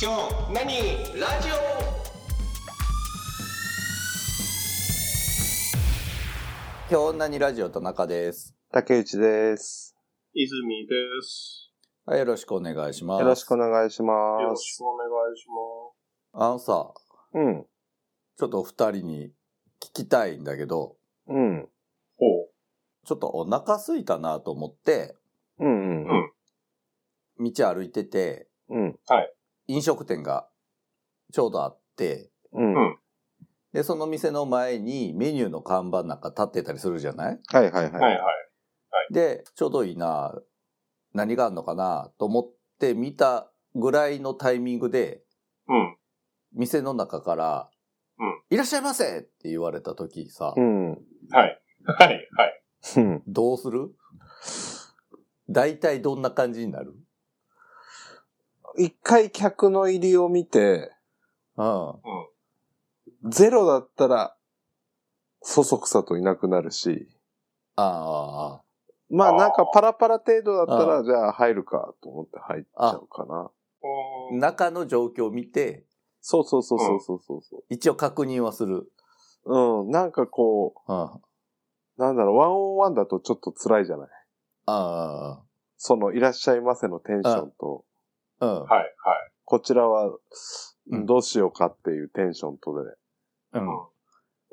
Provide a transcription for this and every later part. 今日何ラジオ今日女にラジオ田中です。竹内です。泉です。はい、よろしくお願いします。よろしくお願いしよまろしす。くお願いしまあのさ、うん。ちょっとお二人に聞きたいんだけど、うん。す。ほう。ちょっとお腹空いたなと思って、うん。うん。道歩いてて、うん。飲食店がちょうどあって、うん。うんで、その店の前にメニューの看板なんか立ってたりするじゃないはいはいは。はいいはい。で、ちょうどいいな、何があるのかなと思って見たぐらいのタイミングで、うん。店の中から、うんいらっしゃいませって言われた時さ、うん。うん。はい。はいはい。どうする大体どんな感じになる一回客の入りを見て、うん。ゼロだったら、そそくさといなくなるし、あまああーなんかパラパラ程度だったあら、じゃあ入るかと思って入っちゃうかな。あ、中の状況を見て、そうそうそうそうそうそうそ一応確認はする。う。うん。なんかこうん。あう、なんだろう、ワンオンワンだとちょっと辛いじゃないあ、その、いらっしゃいませのテンションと、うん。はいはい。こちらはうん、どうしようかっていうテンションとで、うん。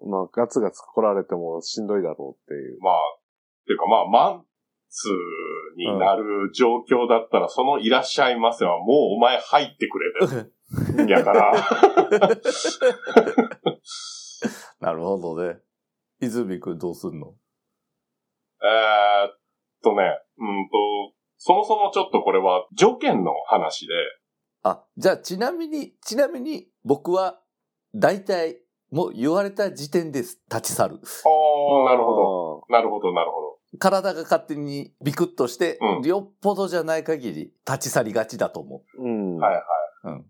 まあ、ガツガツ来られてもしんどいだろうっていう。まあ、っていうかまあ、マンツーになる状況だったら、そのいらっしゃいませはもうお前入ってくれてるんやから。 なるほどね。泉くんどうすんのえーっとね、うんと、そもそもちょっとこれは条件の話で、あ、じゃあちなみに、ちなみに僕は大体もう言われた時点です。立ち去る。おなるほど。ど。なるほど、なるほど。体が勝手にビクッとして、うんよっぽどじゃない限り立ち去りがちだと思うん。はいうん。うん。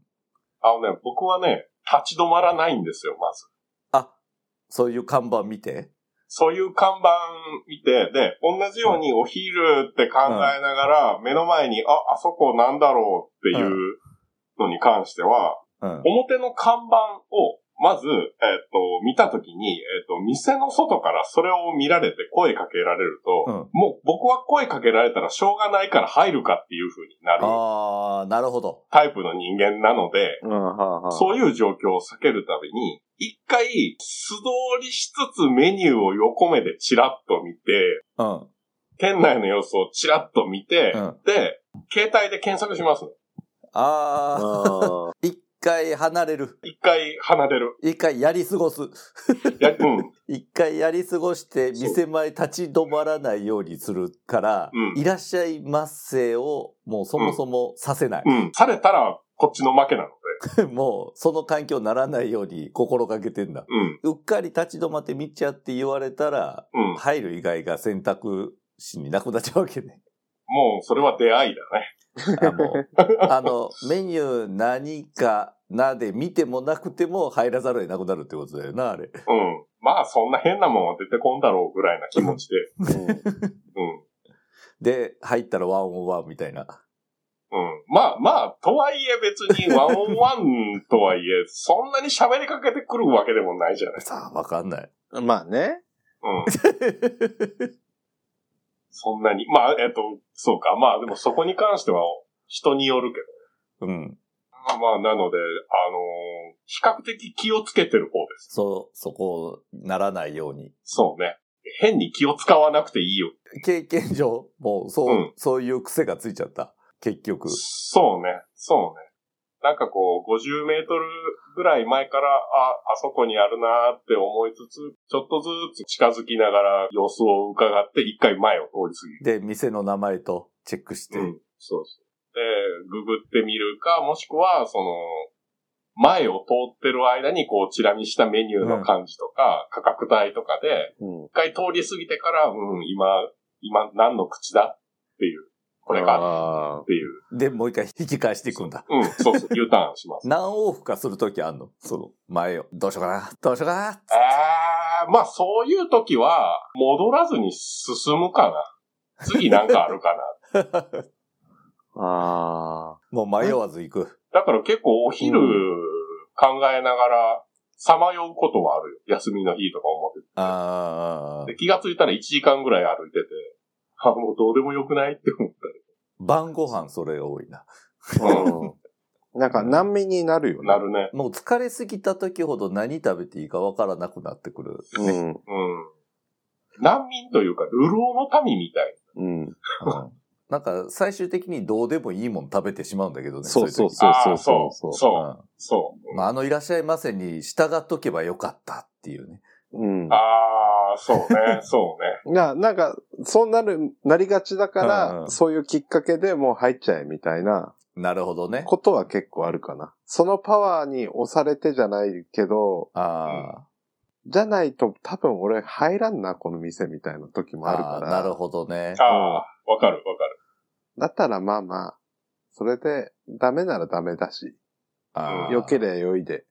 あのね、僕はね、立ち止まらないんですよ、まず。あ、そういう看板見て。そういう看板見て、で、同じようにお昼って考えながら、目の前に、あ、あそこなんだろうっていうのに関しては、うん。表の看板を、まず、えっ、と、見たときに、えっ、と、店の外からそれを見られて声かけられると、うんもう僕は声かけられたらしょうがないから入るかっていう風になるああ、なるほど。タイプの人間なので、うん、はあ、はあ。そういう状況を避けるために、一回素通りしつつメニューを横目でチラッと見て、うん。店内の様子をチラッと見て、うん。で、携帯で検索しますね。ああ、あ一回離れる。一回離れる。一回やり過ごす。やうん。うん。一回やり過ごして、店前立ち止まらないようにするから、うんいらっしゃいませを、もうそもそもさせない。うん。されたら、こっちの負けなので。 もう、その環境にならないように心がけてんだ。うん。うっかり立ち止まって見ちゃって言われたら、うん。入る以外が選択肢になくなっちゃうわけね。もう、それは出会いだね。あの、あのメニュー何かなで見てもなくても入らざるを得なくなるってことだよな、あれ。うん。まあ、そんな変なもんは出てこんだろうぐらいな気持ちで。ーうん。で、入ったらワンオンワンみたいな。うん。まあまあ、とはいえ別にワンオンワンとはいえ、そんなに喋りかけてくるわけでもないじゃない。さあ、わかんない。 うんまあね。うん。そんなに。まあ、えっと、そうか。まあ、でもそこに関しては人によるけど。うん。まあ、なので、あのー比較的気をつけてる方です。そう、そこならないように。そうね。変に気を使わなくていいよ。経験上、もう、そう、うんそういう癖がついちゃった。結局。そうね。そうね。なんかこう、50メートルぐらい前から、あ、あそこにあるなーって思いつつ、ちょっとずつ近づきながら様子を伺って、一回前を通り過ぎる。で、店の名前とチェックして。うん、そうそう。で、ググってみるか、もしくは、その、前を通ってる間に、こう、チラ見したメニューの感じとか、価格帯とかで、うん一。回通り過ぎてから、うん、今、今、何の口だっていう、これが、あっていう。で、もう一回引き返していくんだ。うん、そうそう、U ターンします。何往復かするときあんのその、前を。どうしようかな。どうしようかな。あー、まあ、そういう時は、戻らずに進むかな。次なんかあるかな。ーあもう迷わず行く。だから結構お昼うん考えながら、さまようことはあるよ。休みの日とか思ってああで、気がついたら1時間ぐらい歩いてて、あ、もうどうでもよくないって思った晩ご飯それが多いな。り。ー。うん。なんか難民になるよね。な。るね。もう疲れすぎた時ほど何食べていいかわからなくなってくる。うん。うん。難民というか、流浪の民みたい。うん。う んなんか最終的にどうでもいいもん食べてしまうんだけどね。そうそうい時そうあそうーそうそううそう。そう。んまあ、あのいらっしゃいませに従っとけばよかったっていうね。うん。ああ、そう ね、そうね。が、なんか、そうなる、なりがちだかうんうら、んそういうきっかけでもう入っちゃえみたいななるほどね。ことは結構あるかな。そのパワーに押されてじゃないけど、あじゃないと多分俺入らんな、この店みたいな時ーもあるあかー、ら。なるほどね。ああ、わかるわかる。だったらまあまあ、それでダメならダメだし、あー良ければ良いで、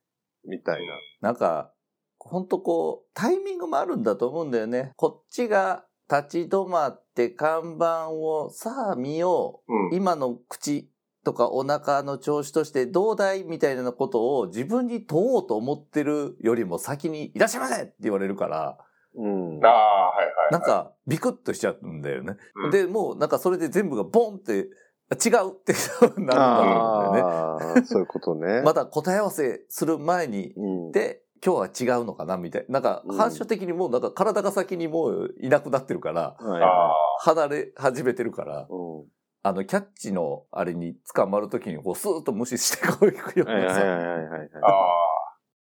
みたいな。なんか、ほんとこう、タイミングもあるんだと思うんだよね。こっちが立ち止まって看板をさあ見ようんう。。今の口とかお腹の調子としてどうだいみたいなことを自分に問おうと思ってるよりも先にいらっしゃいませって言われるから、うん。ああ、はいはい。なんかビクッとしちゃうんだよね。うんで、もうなんかそれで全部がボンって違うってなるんだと思うんだよね。ああ、そういうことね。 また答え合わせする前にうん。で今日は違うのかなみたいななんかうん反射的にもうなんか体が先にもういなくなってるからはいああ、離れ始めてるからうんはあのキャッチのあれに捕まる時にこうスーッと無視してこう行くよういはいなはいさはいはい。ああ。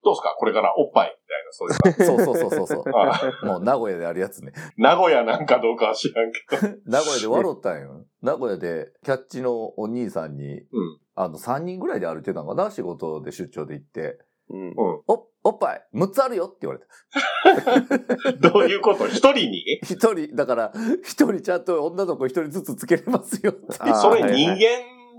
どうすかこれからおっぱいみたいな、そういうか。そうそうそうそうそ あうもう名古屋であるやつね名古屋なんかどうかは知らんけど。名古屋で笑ったんよ名古屋でキャッチのお兄さんにうん。あの3人ぐらいで歩いてたのかな仕事で出張で行ってうん「おおっぱい6つあるよ」って言われてどういうこと一人に一人だから一人ちゃんと女の子一人ずつつけれますよ ってあーそれはいはい人間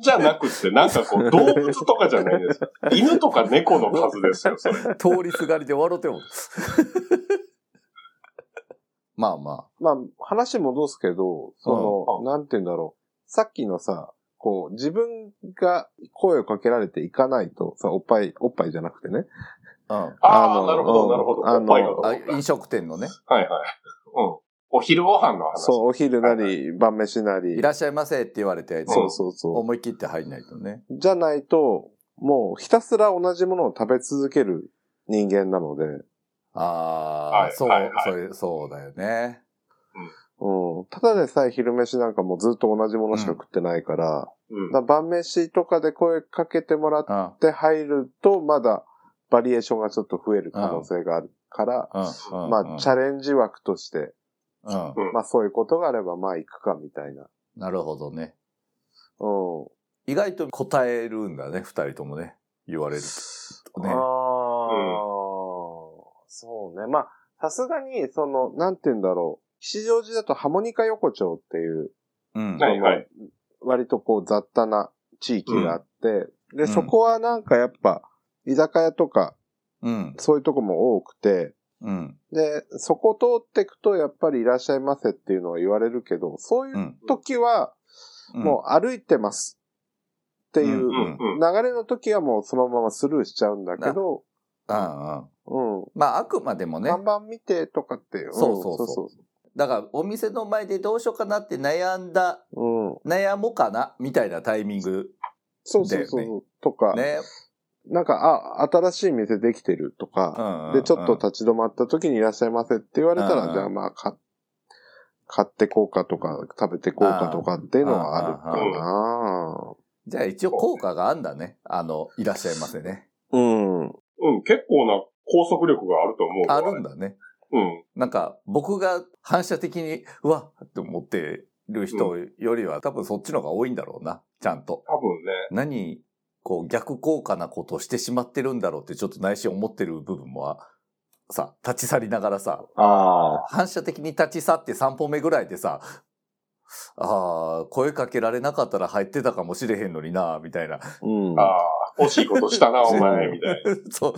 じゃなくって、なんかこう、動物とかじゃないです よ。犬とか猫の数ですよ、それ。通りすがりで笑っても。 まあままあ、話戻すけど、その、なんて言うんだろう。さっきのさ、こう、自分が声をかけられていかないと、さ、おっぱい、おっぱいじゃなくてね。あ、ああのあ、なるほど、なるほど。あおのっぱいのとうこん。かあ飲食店のね、はいはい。うん。お昼ご飯の話。そう、お昼なはり、晩飯なりい。らっしゃいませって言われて、そうそうそう。思い切って入んないとね。じゃないと、もうひたすら同じものを食べ続ける人間なので、ああ、はいそう、はいはいそれ、そうだよね。うん、ただでさえ昼飯なんかもうずっと同じものしか食ってないから、うん。だから晩飯とかで声かけてもらっうん、て入ると、まだバリエーションがちょっと増える可能性があるから、うん、うん。まうあんチャレンジ枠として、うん、うんまあそういうことがあればまあ行くかみたいな。なるほどね。うん。意外と答えるんだね、二人ともね。言われるとねああ。、そうね。まあ、さすがに、その、なんて言うんだろう。吉祥寺だとハモニカ横丁っていう、うん。はいその割とこう雑多な地域があって、んで、そこはなんかやっぱ、居酒屋とか、うん。そういうとこも多くて、うん。。で、そこ通ってくと、やっぱりいらっしゃいませっていうのは言われるけど、そういううん時は、うんもう歩いてますっていうう、うん流んうん。れの時はもうそのままスルーしちゃうんだけど、うんうん。うん、まあ、あくまでもね、看板見てとかって。んそうそうそうだからお店の前でどうしようかなって悩んだ、そう。うん。悩もうかなみたいなタイミングそうそうそう。だよとか、ね。なんか、あ、新しい店できてるとか、で、ちょっと立ち止まった時にいらっしゃいませって言われたうんうら、んじゃあまあ、か買ってこうかとか、食べてこうかとかっていうのはあるかなじゃあ一応効果があんだね。あの、いらっしゃいませね。うん。うん、結構な拘束力があると思うわ。あるんだね。うん。なんか僕が反射的に、うわっって思ってる人よりは多分そっちの方が多いんだろうな。ちゃんと。多分ね。何、こう逆効果なことをしてしまってるんだろうってちょっと内心思ってる部分もあさ、立ち去りながらさ、ああ。反射的に立ち去って3歩目ぐらいでさ、ああ、声かけられなかったら入ってたかもしれへんのにな、みたいな。 うん。ああ、惜しいことしたな、お前、みたいな。いそう。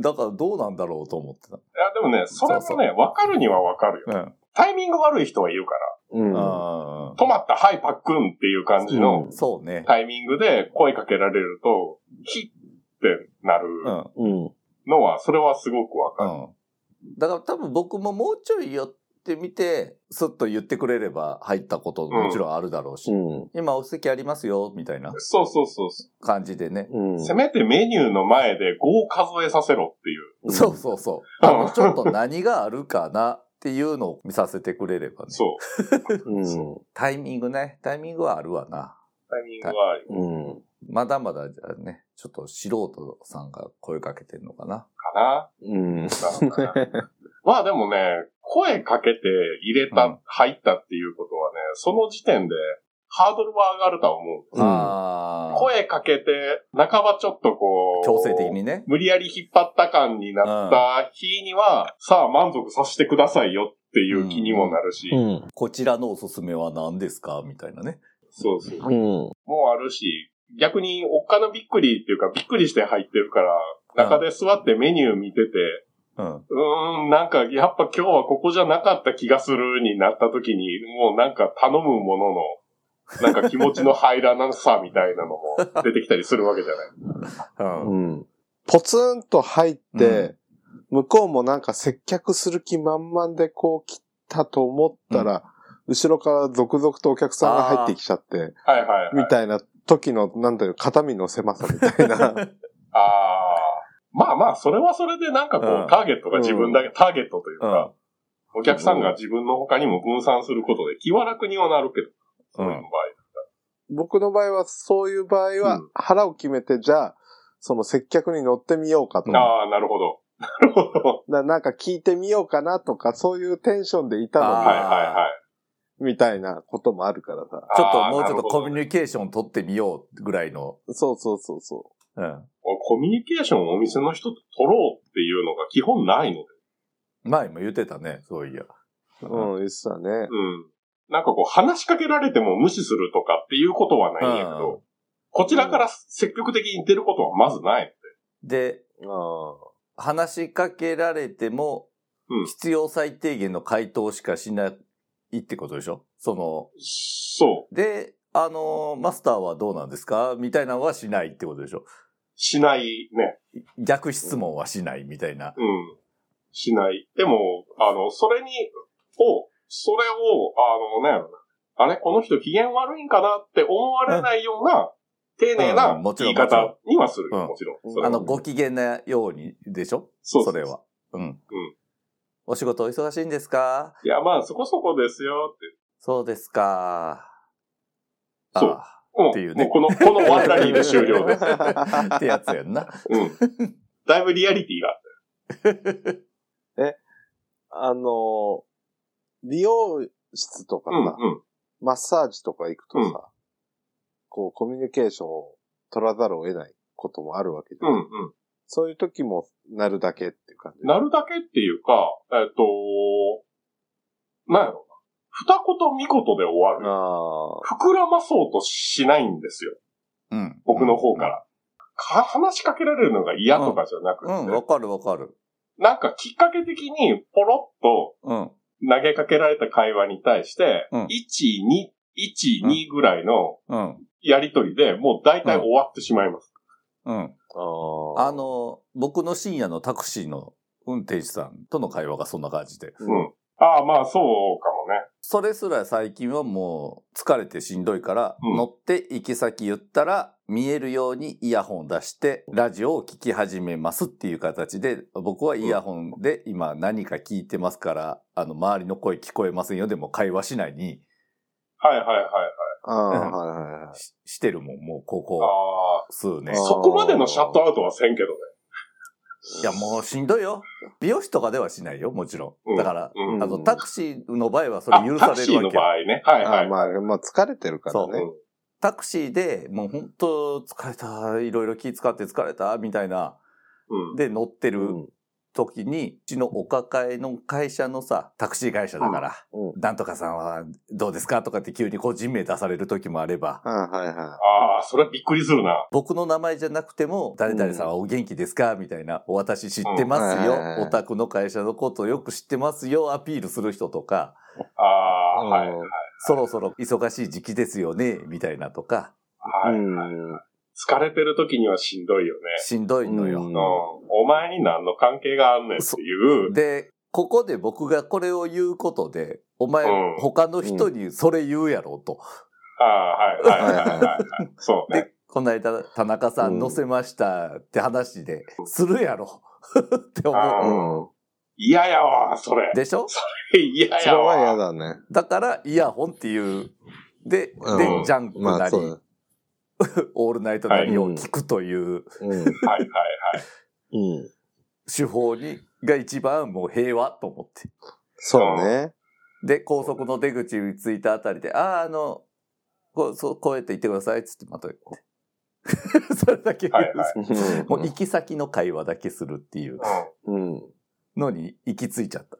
だからどうなんだろうと思ってた。や、でもね、それそもうね、わかるにはわかるよ。うん。タイミング悪い人はいるから。うん。あ止まった、はい、パックンっていう感じうのんーそうね。タイミングで声かけられると、ヒッってなうるん。うん。のは、それはすごくわかる。うん。だから多分僕ももうちょい寄ってみて、スッと言ってくれれば入ったことももちろんあるだろうし、うん。今お席ありますよ、みたいなそうそうそうそ感じでね。うんう。。せめてメニューの前で5を数えさせろっていう。うんそうそうそう。あの、ちょっと何があるかなっていうのを見させてくれればね。そう。うん。タイミングね。タイミングはあるわな。タイミングは うん。まだまだじゃあね、ちょっと素人さんが声かけてんのかな。かな。うん。なの かなまあでもね、声かけて入れた、うん入ったっていうことはね、その時点でハードルは上がるとは思う。ああ。声かけて、半ばちょっとこう、強制的にね。無理やり引っ張った感になった日には、さあ満足させてくださいよっていう気にもなるし、うん。こちらのおすすめは何ですかみたいなね。そうそう。うん。もうあるし、逆におっかなびっくりっていうか、びっくりして入ってるから、中で座ってメニュー見てて、うん。うーん、なんか、やっぱ今日はここじゃなかった気がするになった時に、もうなんか頼むものの、なんか気持ちの入らなさみたいなのも出てきたりするわけじゃない。うん。うん。ポツンと入って、向こうもなんか接客する気満々でこう来たと思ったら、後ろから続々とお客さんが入ってきちゃって、はいはいはみい。たいな時の、なんていうの、肩身の狭さみたいな。 ああ。まあまあ、それはそれでなんかこう、うんターゲットが自分だけ、ターゲットといううか、お客さんが自分の他にも分散することで気は楽にはなるけど、そん。うういう場ん。合。僕の場合は、そういう場合はうん、腹を決めて、じゃあ、その接客に乗ってみようかと。ああ、なるほど。 なるほど。ななんか聞いてみようかなとか、そういうテンションでいたのあーにはいはいはい。みたいなこともあるからさ。ちょっともうちょっとコミミュニケーション取ってみようぐらいの。そうそうそうそうん。コミュニケーションをお店の人と取ろうっていうのが基本ないので。前も言ってたね、そういや。う。うん、言ってたね。うん。なんかこう話しかけられても無視するとかっていうことはないんやけうんど、こちらから積極的に出ることはまずない。で、あ話しかけられてもうん、必要最低限の回答しかしないってことでしょその、そう。で、あのーマスターはどうなんですかみたいなのはしないってことでしょしないね。逆質問はしないみたいな。うん。しない。でも、あの、それに、を、それを、あの、なんやろな。あれこの人機嫌悪いんかなって思われないような、丁寧うなんもちろ言んい方にはするうんよ。もちろん。それはあの、ご機嫌なようにでしょそうそうれは。うん。うんんお仕事お忙しいんですかいや、まあ、そこそこですよって。そうですか。そうあうんっていうねもこの、このワンラリーで終 了です。あ。ってやつやんな。うん。だいぶリアリティがあっあの、美容室とかた。さ、うん、うん。マッサージとか行くとうさ、んこう、コミュニケーションを取らざるを得ないこともあるわけじゃうんんうん。そういう時も、なるだけっていう感じ。なるだけっていうか、えっと、なんやろな。二言三言で終わる。あ膨らまそうとしないんですよ。うん。僕の方から。か話しかけられるのが嫌とかじゃなくて、うん。うん、わかるわかる。なんかきっかけ的にポロッとうん。投げかけられた会話に対して、うん一二1、2、1、2ぐらいのうん。やりとりでもう大体終わってしまいます。うん。あ。ああ、の、僕の深夜のタクシーの運転手さんとの会話がそんな感じで。うんうんああ、まあそうかもね。それすら最近はもう疲れてしんどいから、うん乗って行き先言ったら見えるようにイヤホン出してラジオを聞き始めますっていう形で僕はイヤホンで今何か聞いてますからあの周りの声聞こえませんよでも会話しないにはいはいはいはい。ああ、はいはいはい。ししてるもんもうこあこあ、数年あーそこまでのシャットアウトはせんけどね。いやもうしんどいよ美容師とかではしないよもちろうんんだから、うんあのタクシーの場合はそれあ許タさクれシーるわのけよ場合ね。はいはあい。まあ、まあ、疲れてるからあね。タクシーでもう本当疲れたいろいろ気使って疲れたみたいなうん。で乗ってうるん。時に、うちのお抱えの会社のさ、タクシー会社だから、うん。なんとかさんはどうですかとかって急に個人名出される時もあれば、はいはいはああ、それはびっくりするな。僕の名前じゃなくても、誰々さんはお元気ですかみたいな、私知ってますうんはいはいはいよ。お宅の会社のことをよく知ってますよ。アピールする人とか、ああ、はい。うんそろそろ忙しい時期ですよね、みたいなとか、はい。疲れてる時にはしんどいよね。しんどいのうよん。うん、お前に何の関係があんねんっていう。で、ここで僕がこれを言うことで、お前うん、他の人にそれ言うやろうと。ああ、はい、はい、はいはい。はいそうね。で、この間、田中さん乗せましたって話で、するやろ って思あう。うん。嫌やわ、それ。でしょ嫌それやはわ。嫌だね。だから、イヤホンっていう。で、でう、んジャンクまなあ、りそ、うオールナイトなりを聞くというだね。はい、はい、はい。うん。うん。手法に、が一番もう平和と思って。そうね。で、高速の出口に着いたあたりで、ああ、あの、こう、そう、こうやって行ってください、つってまた言って。それだけ言う、 はいはもう行き先の会話だけするっていううん。うん。うんのに行き着いちゃった。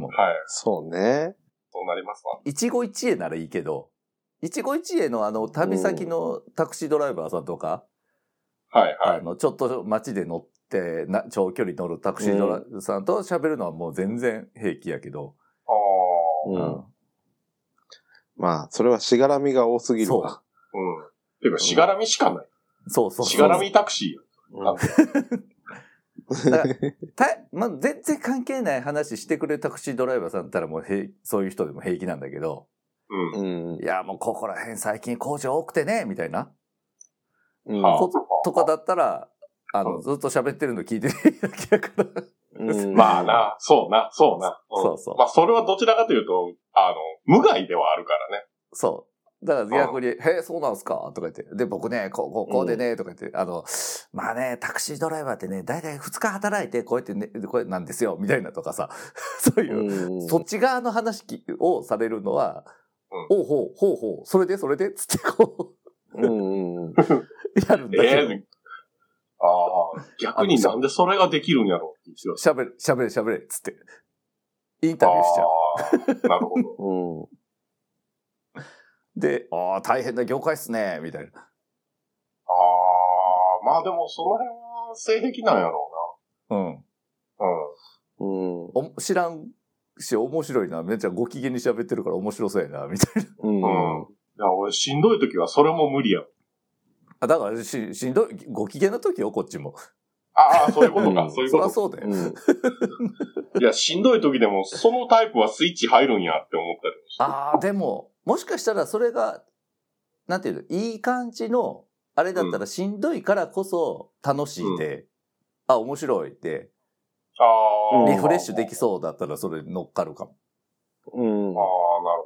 はい。そうね。そうなりますわ。一期一会ならいいけど、一期一会のあの、旅先のタクシードライバーさんとか、はい、はあの、ちょっと街で乗って、な長距離乗るタクシードライバーさんと喋るのはもう全然平気やけど、い。う。うんまあ、それはしがらみが多すぎるわ。ああ。うん。ていうか、しがらみしかない。そうそうそう。しがらみタクシうんあだからた、まあ、全然関係ない話してくれるタクシードライバーさんだったらもうへいそういう人でも平気なんだけど、ー。うん。うん。いや、もうここら辺最近工場多くてね、みたいな。うんはあことかだったら、あの、うんずっと喋ってるの聞いてるだけ だから。うんまあ。な、そうな、そうな。んそうそうまあ、それはどちらかというと、あの、無害ではあるからね。そう。だから逆に、へえ、そうなんすかとか言って。で、僕ね、こう、こう、こうでね、とか言って、あの、まあね、タクシードライバーってね、だいたい2日働いて、こうやってね、これなんですよ、みたいなとかさ、 そういう、うんそっち側の話をされるのは、おうほう、ほうほう、それでそれで、つってこうんうん。う、やるんだえけえど、ああ、逆になんでそれができるんやろうって言ってしゃべれ、しゃべれ、しゃべれ、つって、インタビューしちゃう。ああ、なるほど。うん。で、ああ、大変な業界っすね、みたいな。ああ、まあでもその辺は性癖なんやろうん。うな。うん。うん。お知らんし、面白いな。めっちゃご機嫌に喋ってるから面白そうやな、みたいな。うん。いや、俺しんどい時はそれも無理やもん。あだからし、しんどい、ご機嫌な時よ、こっちも。ああ、そういうことうか、んそういうそりこゃと。そうだよ。いや、しんどい時でも、そのタイプはスイッチ入るんやって思ったりもして。ああ、でも、もしかしたらそれが、なんていうの、いい感じの、あれだったらしんどいからこそ楽しいで、あ、面白いで、ああ。リフレッシュできそうだったらそれ乗っかるかも。うんああ、なる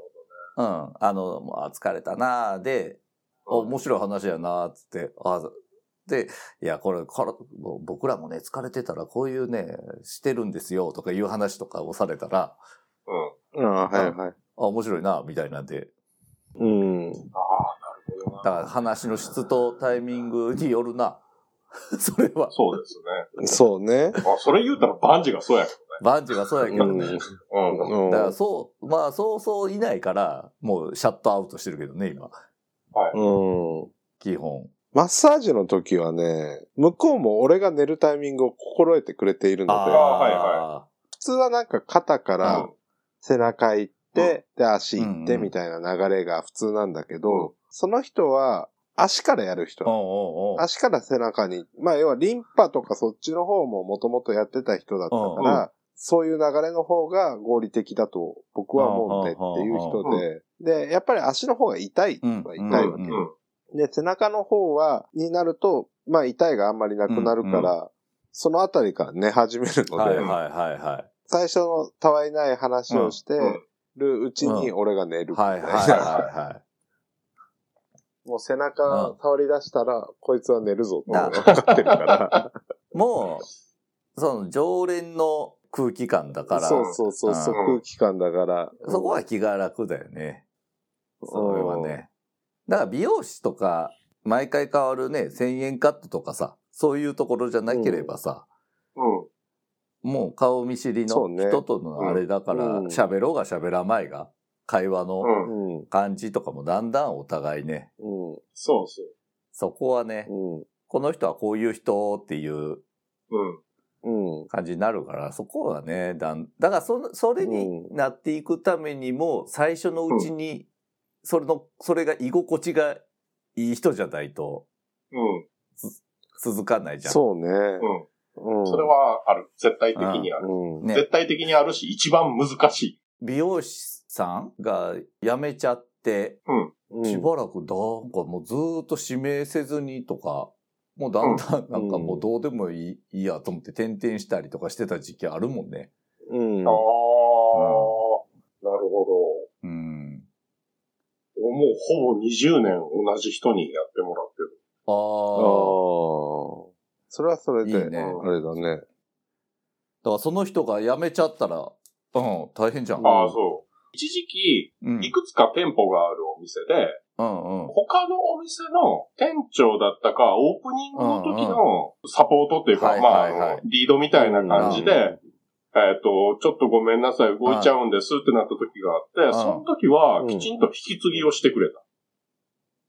うん。あの、もうあ疲れたなあで、あほど。面白い話やなーっつって、あで、いや、これから、もう僕らもね、疲れてたらこういうね、してるんですよとかいう話とかをされたら、うん。ああ、はいはい。あ、面白いな、みたいなんで。うん。ああ、なるほどだな。から話の質とタイミングによるな。 それは、そうですそうね。ね。あ、それ言うたらバンジがそうやけバンジーがそうやけうどん。ね。ど。うん。だからそう、まあそうそういないから、もうシャットアウトしてるけどね、今。うん。基本。マッサージの時はね、向こうも俺が寝るタイミングを心得てくれているのあで、あはい普通はなんか肩から背中行って、で足行ってうんうんみたいな流れが普通なんだけど、その人は足からやる人うんうんうん。足から背中に、まあ要はリンパとかそっちの方ももともとやってた人だったから、うそういう流れの方が合理的だと僕は思うんでっていう人で、で、やっぱり足の方が痛いは痛いわうんけうんうん。で、背中の方は、になると、まあ痛いがあんまりなくなるから、そのあたりから寝始めるのはいで、はいはいはい。最初のたわいない話をしてるうちに俺が寝るみたはいいはいな。はいはい。もう背中うん触り出したら、こいつは寝るぞって俺は分かってるから。もう、その常連の空気感だから、そそうそうそうそう、うん空気感だから。こは気が楽だよね。うんそれはね。だから美容師とか、毎回変わるね、1000円カットとかさ、そういうところじゃなければさ、うん。もう顔見知りそうのね人とのあれだからうん、喋、ろうが喋らないが、会話うのん。うん、感じとかもだんだんお互いね、うん、そうそそこはね、うん、この人はこういう人っていうう。うん。うん。感じになるから、そこはね、だん、だからその、それになっていくためにも、最初のうちに、それの、それが居心地がいい人じゃないとうん。続かないじゃん。そうね。うん。うん。それはある。絶対的にある。うん。ね絶対的にあるし、一番難しい。美容師さんが辞めちゃって、うん。しばらくなんかもうずーっと指名せずにとか、もうだんだんなんかもうどうでもいいいいやと思って転々したりとかしてた時期あるもんね。うんああ、なるほうん。ど。もうほぼ20年同じ人にやってもらってる。あああ。あー。それはそれで、いいねうんあれだだね。からその人が辞めちゃったら、うん、大変じゃん。ああ、そう。一時期、うん。いくつか店舗があるお店で、うんうん。他のお店の店長だったか、オープニングの時のサポートっていうか、はいまあ、あはいはいの、リードみたいな感じで、えっ、と、ちょっとごめんなさい、動いちゃうんですってなった時があうっんて、その時はうんきちんと引き継ぎをしてくれ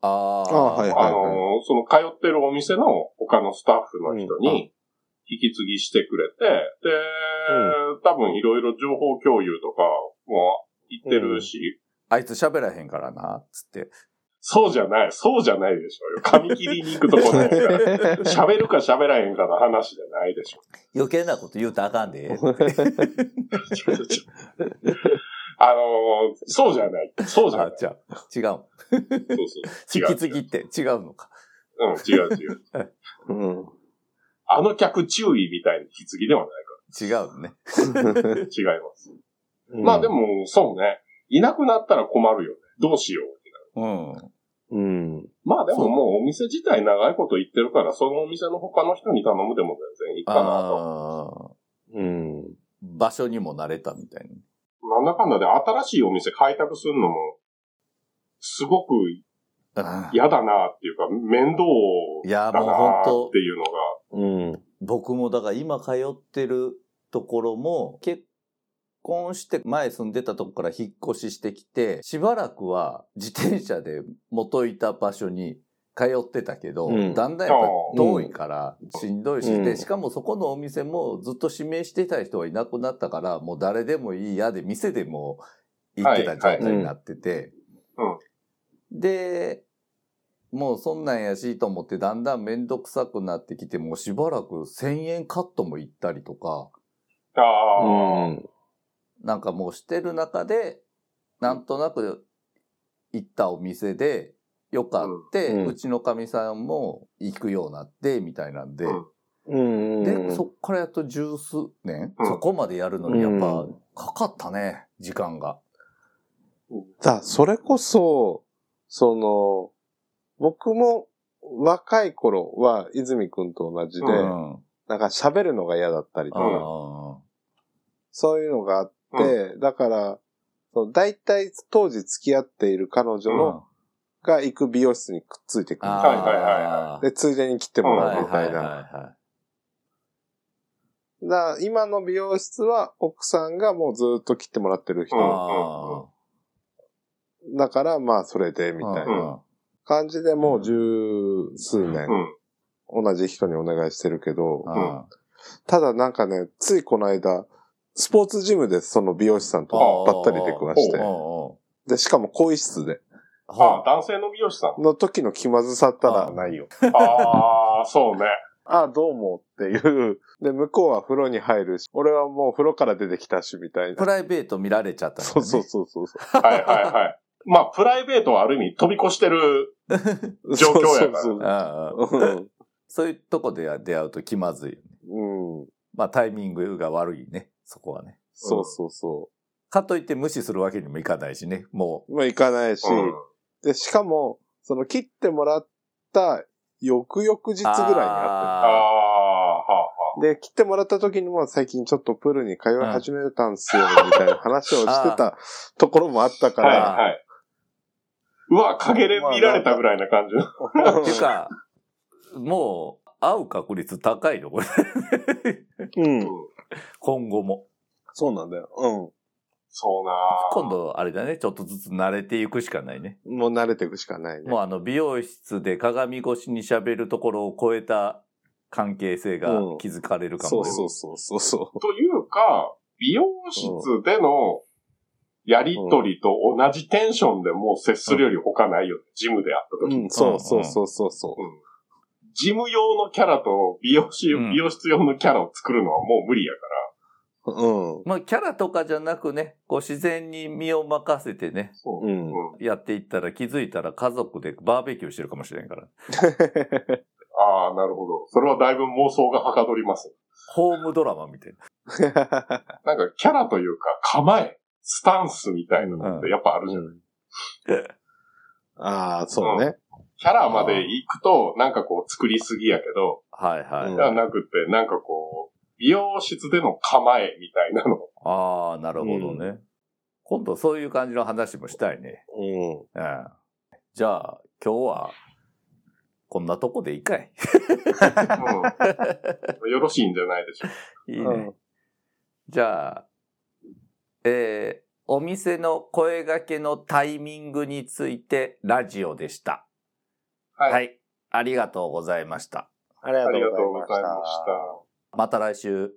た。ああ。あはいあの、その通ってるお店の他のスタッフの人うんに引き継ぎしてくれて、で、多分いろいろ情報共有とかも言ってるし、あいつ喋らへんからな、つって。そうじゃない、そうじゃないでしょうよ。髪切りに行くとこね。喋るか喋らへんかの話じゃないでしょ。余計なこと言うとあかんあで。のーそうじゃない。そうじゃなあい。、じゃあ、違う。そうそう。違引きう。継ぎって違うのか。うん、違う違う。うん。あの客注意みたいに引き継ぎではないか違うのね。ら。違います。まあでも、そうね。いなくなったら困るよね。どうしよう。うん。うん。まあでそもうもうお店自体長いこと言ってるから、そのお店の他の人に頼むでも全然いいかなと。ああ。うん。場所にも慣れたみたいなんだかんだで新しいお店開拓するのも、すごくな。嫌だなっていうか、面倒いや、だもうな本当っていうのが、うん。僕もだから今通ってるところも結婚して前住んでたとこから引っ越ししてきてしばらくは自転車で元いた場所に通ってたけど、うんだんだんやっぱああ遠いからしんどいし、うんでしかもそこのお店もずっと指名してた人はいなくなったからもう誰でもいいやで店でも行ってた状態になってて、うんでもうそんなんやしと思ってだんだん面倒くさくなってきてもうしばらく1,000円カットも行ったりとかああ、うん。なんかもうしてる中でなんとなく行ったお店でよかって、ううんちのかみさんも行くようになってみたいなんで、うんうん。でそっからやっと十数年、うんそこまでやるのにやっうぱかかったね時間が。だ、それこそ、その、僕も若い頃は泉くんと同じで、ううんなんか喋るのが嫌だったりとあか、ーそういうのがあって、だから、その大体当時付き合っている彼女うの、が行く美容室にくっついてくる。あーはいはいはいはで、ついでに切ってもらうみたいな。はいはいはいだから今の美容室は奥さんがもうずっと切ってもらってる人。うんあだから、まあそれで、みたーいな感じでもう十数う年、ん。同じ人にお願いしてるけど、うんうんただなんかね、ついこの間、スポーツジムでその美容師さんとばったり出くわしうんて、うんで、しかも更衣室で、ああ、は男性の美容師さん。の時の気まずさったらないよ。ああ、そうね。ああ、どうもっていう。で、向こうは風呂に入るし、俺はもう風呂から出てきたし、みたいプな。ライベート見られちゃった、ね。そうそうそうそう。はいはいはい。 まあ、プライベートはある意味飛び越してる。状況やからそうそうああそうそういうとこで出会うと気まずいよね。うん。うん。まあタイミングが悪いね、そこはね。そうそうそかといって無視するわけにもいかないしね、もう。まあ、行かないし、うん。で、しかも、その切ってもらった翌々日ぐう。らいにあああ、はああはあ。ってる。で、切ってもらった時にも最近ちょっとプールに通い始めたんす よ、みたいな話をしてたところもあったかはいら。はい。うわ、陰で見られたぐらいな感じの。ーっていうか、もう会う確率高いの、これ。うん。今後も。そうなんだよ。そうな今度あれだね、ちょっとずつ慣れていくしかないね。うん。もう慣れていくしかないねも。うあの美容室で鏡越しに喋るところを超えた関係性が築かれるかそもうね。そうそうそうそというか、美容室でのやりとりと同じテンションでもう接するより他ないよね。ジムであったう。う時。ん、そうそうそうそうそうう。んジム用のキャラと美容師、うん美容室用のキャラを作るのはもう無理やかうん。まあ、キャラとかじゃなくね、こう自然に身を任せてね、ら。そうう。うんんやっていったら気づいたら家族でバーベキューしてるかもしれんから。ああ、なるほど。それはだいぶ妄想がはかどります。ホームドラマみたいな。なんかキャラというか構え、スタンスみたいなのってやっぱあるじゃん。 ああ、そうね。キャラまで行くと、なんかこう作りすぎやけど、はいはい。うんではなくて、なんかこう、美容室での構えみたいなのをああ、なるほどね。今度そういう感じの話もしたいね。うん。うん。じゃあ、今日は、こんなとこでいいかい うんよろしいんじゃないでしょうか。いいね。じゃあ、えーお店の声掛けのタイミングについてラジオでした。はいはい。ありがとうございました。ありがありがととううごござざいいままししたた。。また来週。